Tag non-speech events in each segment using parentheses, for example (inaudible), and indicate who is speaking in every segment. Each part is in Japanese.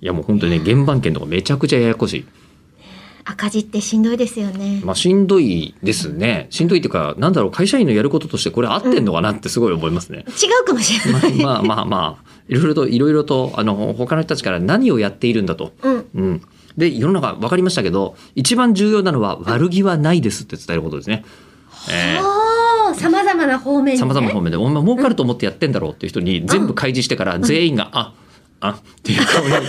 Speaker 1: いやもう本当にね、原版権とかめちゃくちゃややこしい。
Speaker 2: 赤字ってしんどいですよね。
Speaker 1: まあしんどいですね。しんどいっていうか、なんだろう、会社員のやることとしてこれ合ってんのかなってすごい思いますね。
Speaker 2: 違うかもしれない。
Speaker 1: (laughs) まあまあまあ、いろいろと、いろいろと、あの、他の人たちから何をやっているんだと。
Speaker 2: うん。
Speaker 1: うん。で、世の中分かりましたけど、一番重要なのは悪気はないですって伝えることですね。えー
Speaker 2: おお、さまざまな方面に、ね。
Speaker 1: さまざまな方面で、お前儲かると思ってやってんだろうっていう人に全部開示してから全員が、あ、あっていう顔に、
Speaker 2: (laughs)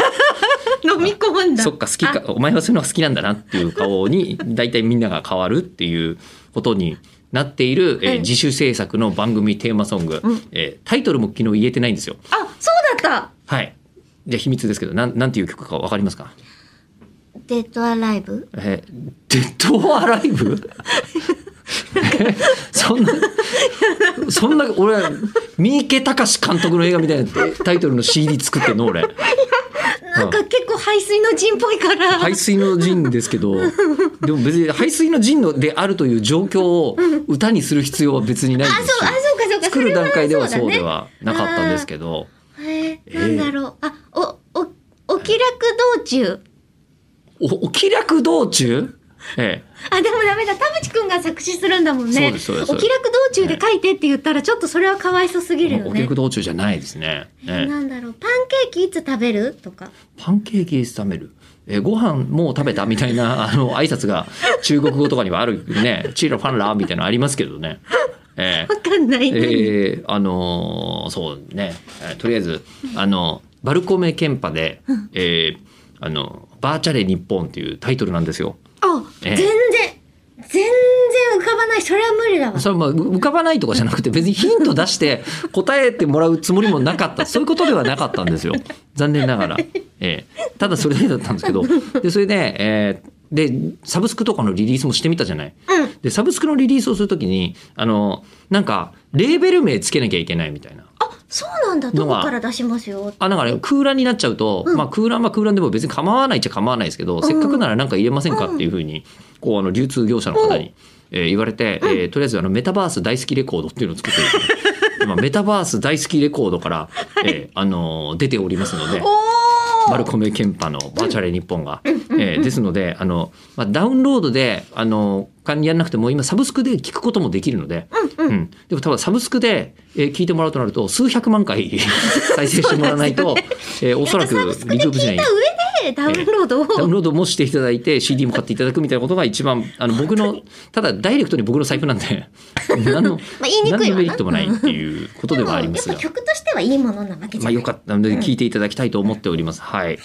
Speaker 2: 飲み込むんだ。
Speaker 1: そっか好きか、お前はそういうのが好きなんだなっていう顔
Speaker 2: (laughs)
Speaker 1: に、大体みんなが変わるっていうことになっている、えー
Speaker 2: はい
Speaker 1: 自主制作の番組テーマソング、
Speaker 2: うん
Speaker 1: えータイトルも昨日言えてないんですよ。
Speaker 2: あ。あ、そうだった。
Speaker 1: はい。じゃあ秘密ですけど、なん、なんていう曲かわかりますか
Speaker 2: デッドアライブ。
Speaker 1: えーデッドオアライブ (laughs) えそんな、そんな、俺、三池隆監督の映画みたいなタイトルの CD 作ってんの、俺。
Speaker 2: なんか結構排水の陣っぽいから。
Speaker 1: 排水の陣ですけど、でも別に排水の陣のであるという状況を歌にする必要は別にない
Speaker 2: あ、
Speaker 1: で
Speaker 2: そう、あ、
Speaker 1: すし、
Speaker 2: そうか、そうか。
Speaker 1: 作る段階ではそうで
Speaker 2: は
Speaker 1: はなかったんですけど、
Speaker 2: そうだね。え
Speaker 1: え
Speaker 2: ー、なんだろう。あ、お、お、お気楽道中。
Speaker 1: おお気楽道中ええ、
Speaker 2: あ、でもダメだ。田淵くんが作詞するんだもんね。
Speaker 1: そうですそうですそう
Speaker 2: お
Speaker 1: です
Speaker 2: 気楽道中で書いてって言ったら、ちょっとそれはかわいそすぎるよ
Speaker 1: お気
Speaker 2: ね。
Speaker 1: 楽道中じゃないですね。え
Speaker 2: えー
Speaker 1: え
Speaker 2: なんだろう。パンケーキいつ食べるとか。
Speaker 1: パンケーキ炒める。えーご飯もう食べたみたいな、あ (laughs) の、挨拶が中国語とかにはあるね、チーロファンラーみたいなのありますけどね。えー
Speaker 2: わかんない。
Speaker 1: えーあのーそうね、えーとりあえず、あの、バルコメケンパで、えーあの、バーチャレ日本っていうタイトルなんですよ。
Speaker 2: あ、
Speaker 1: ええ
Speaker 2: 全然、全然浮かばない。それは無理だわ。
Speaker 1: それはまあう浮かばないとかじゃなくて別にヒント出して答えてもらうつもりもなかったそういうことではなかったんですよ残念ながら、ええただそれだけだったんですけどでそれで,、えーでサブスクとかのリリースもしてみたじゃない
Speaker 2: うん。
Speaker 1: でサブスクのリリースをするときにあのなんかレーベル名つけなきゃいけないみたいな
Speaker 2: あ、そうなんだ。どこから出しますよ。
Speaker 1: あなんかね空欄になっちゃうと、
Speaker 2: うん
Speaker 1: まあ空欄は空欄でも別に構わないっちゃ構わないですけど、せっかくならなんか入れませんかっていうふうに、こうあの流通業者の方に、えー言われて、えーとりあえずあのメタバース大好きレコードっていうのを作ってるんですよ今メタバース大好きレコードから、えーあのー出ておりますので。
Speaker 2: お
Speaker 1: マル
Speaker 2: ー
Speaker 1: コメケンパのバーチャレ日本が、えーですのであの、まあ、ダウンロードであの簡単にやらなくても今サブスクで聞くこともできるので、
Speaker 2: うんうん。
Speaker 1: うん、でも多分サブスクで、えー聞いてもらうとなると数百万回 (laughs) 再生してもらわないと、えーおそらく
Speaker 2: サブスク
Speaker 1: リ
Speaker 2: で
Speaker 1: グープしな
Speaker 2: 聞い
Speaker 1: い
Speaker 2: た上でダウンロードを。
Speaker 1: ダウンロードもしていただいて CD も買っていただくみたいなことが一番あの僕のただダイレクトに僕の財布なんで
Speaker 2: (laughs)
Speaker 1: 何の
Speaker 2: まあ言いにくい
Speaker 1: 何の
Speaker 2: わな
Speaker 1: メリットもないっていうことではありま
Speaker 2: やっ
Speaker 1: す
Speaker 2: ぱ
Speaker 1: が。
Speaker 2: 曲としてはいいものなわけじゃ
Speaker 1: ま
Speaker 2: な
Speaker 1: あ
Speaker 2: い。
Speaker 1: よかったので聞いていただきたいと思っております。はい。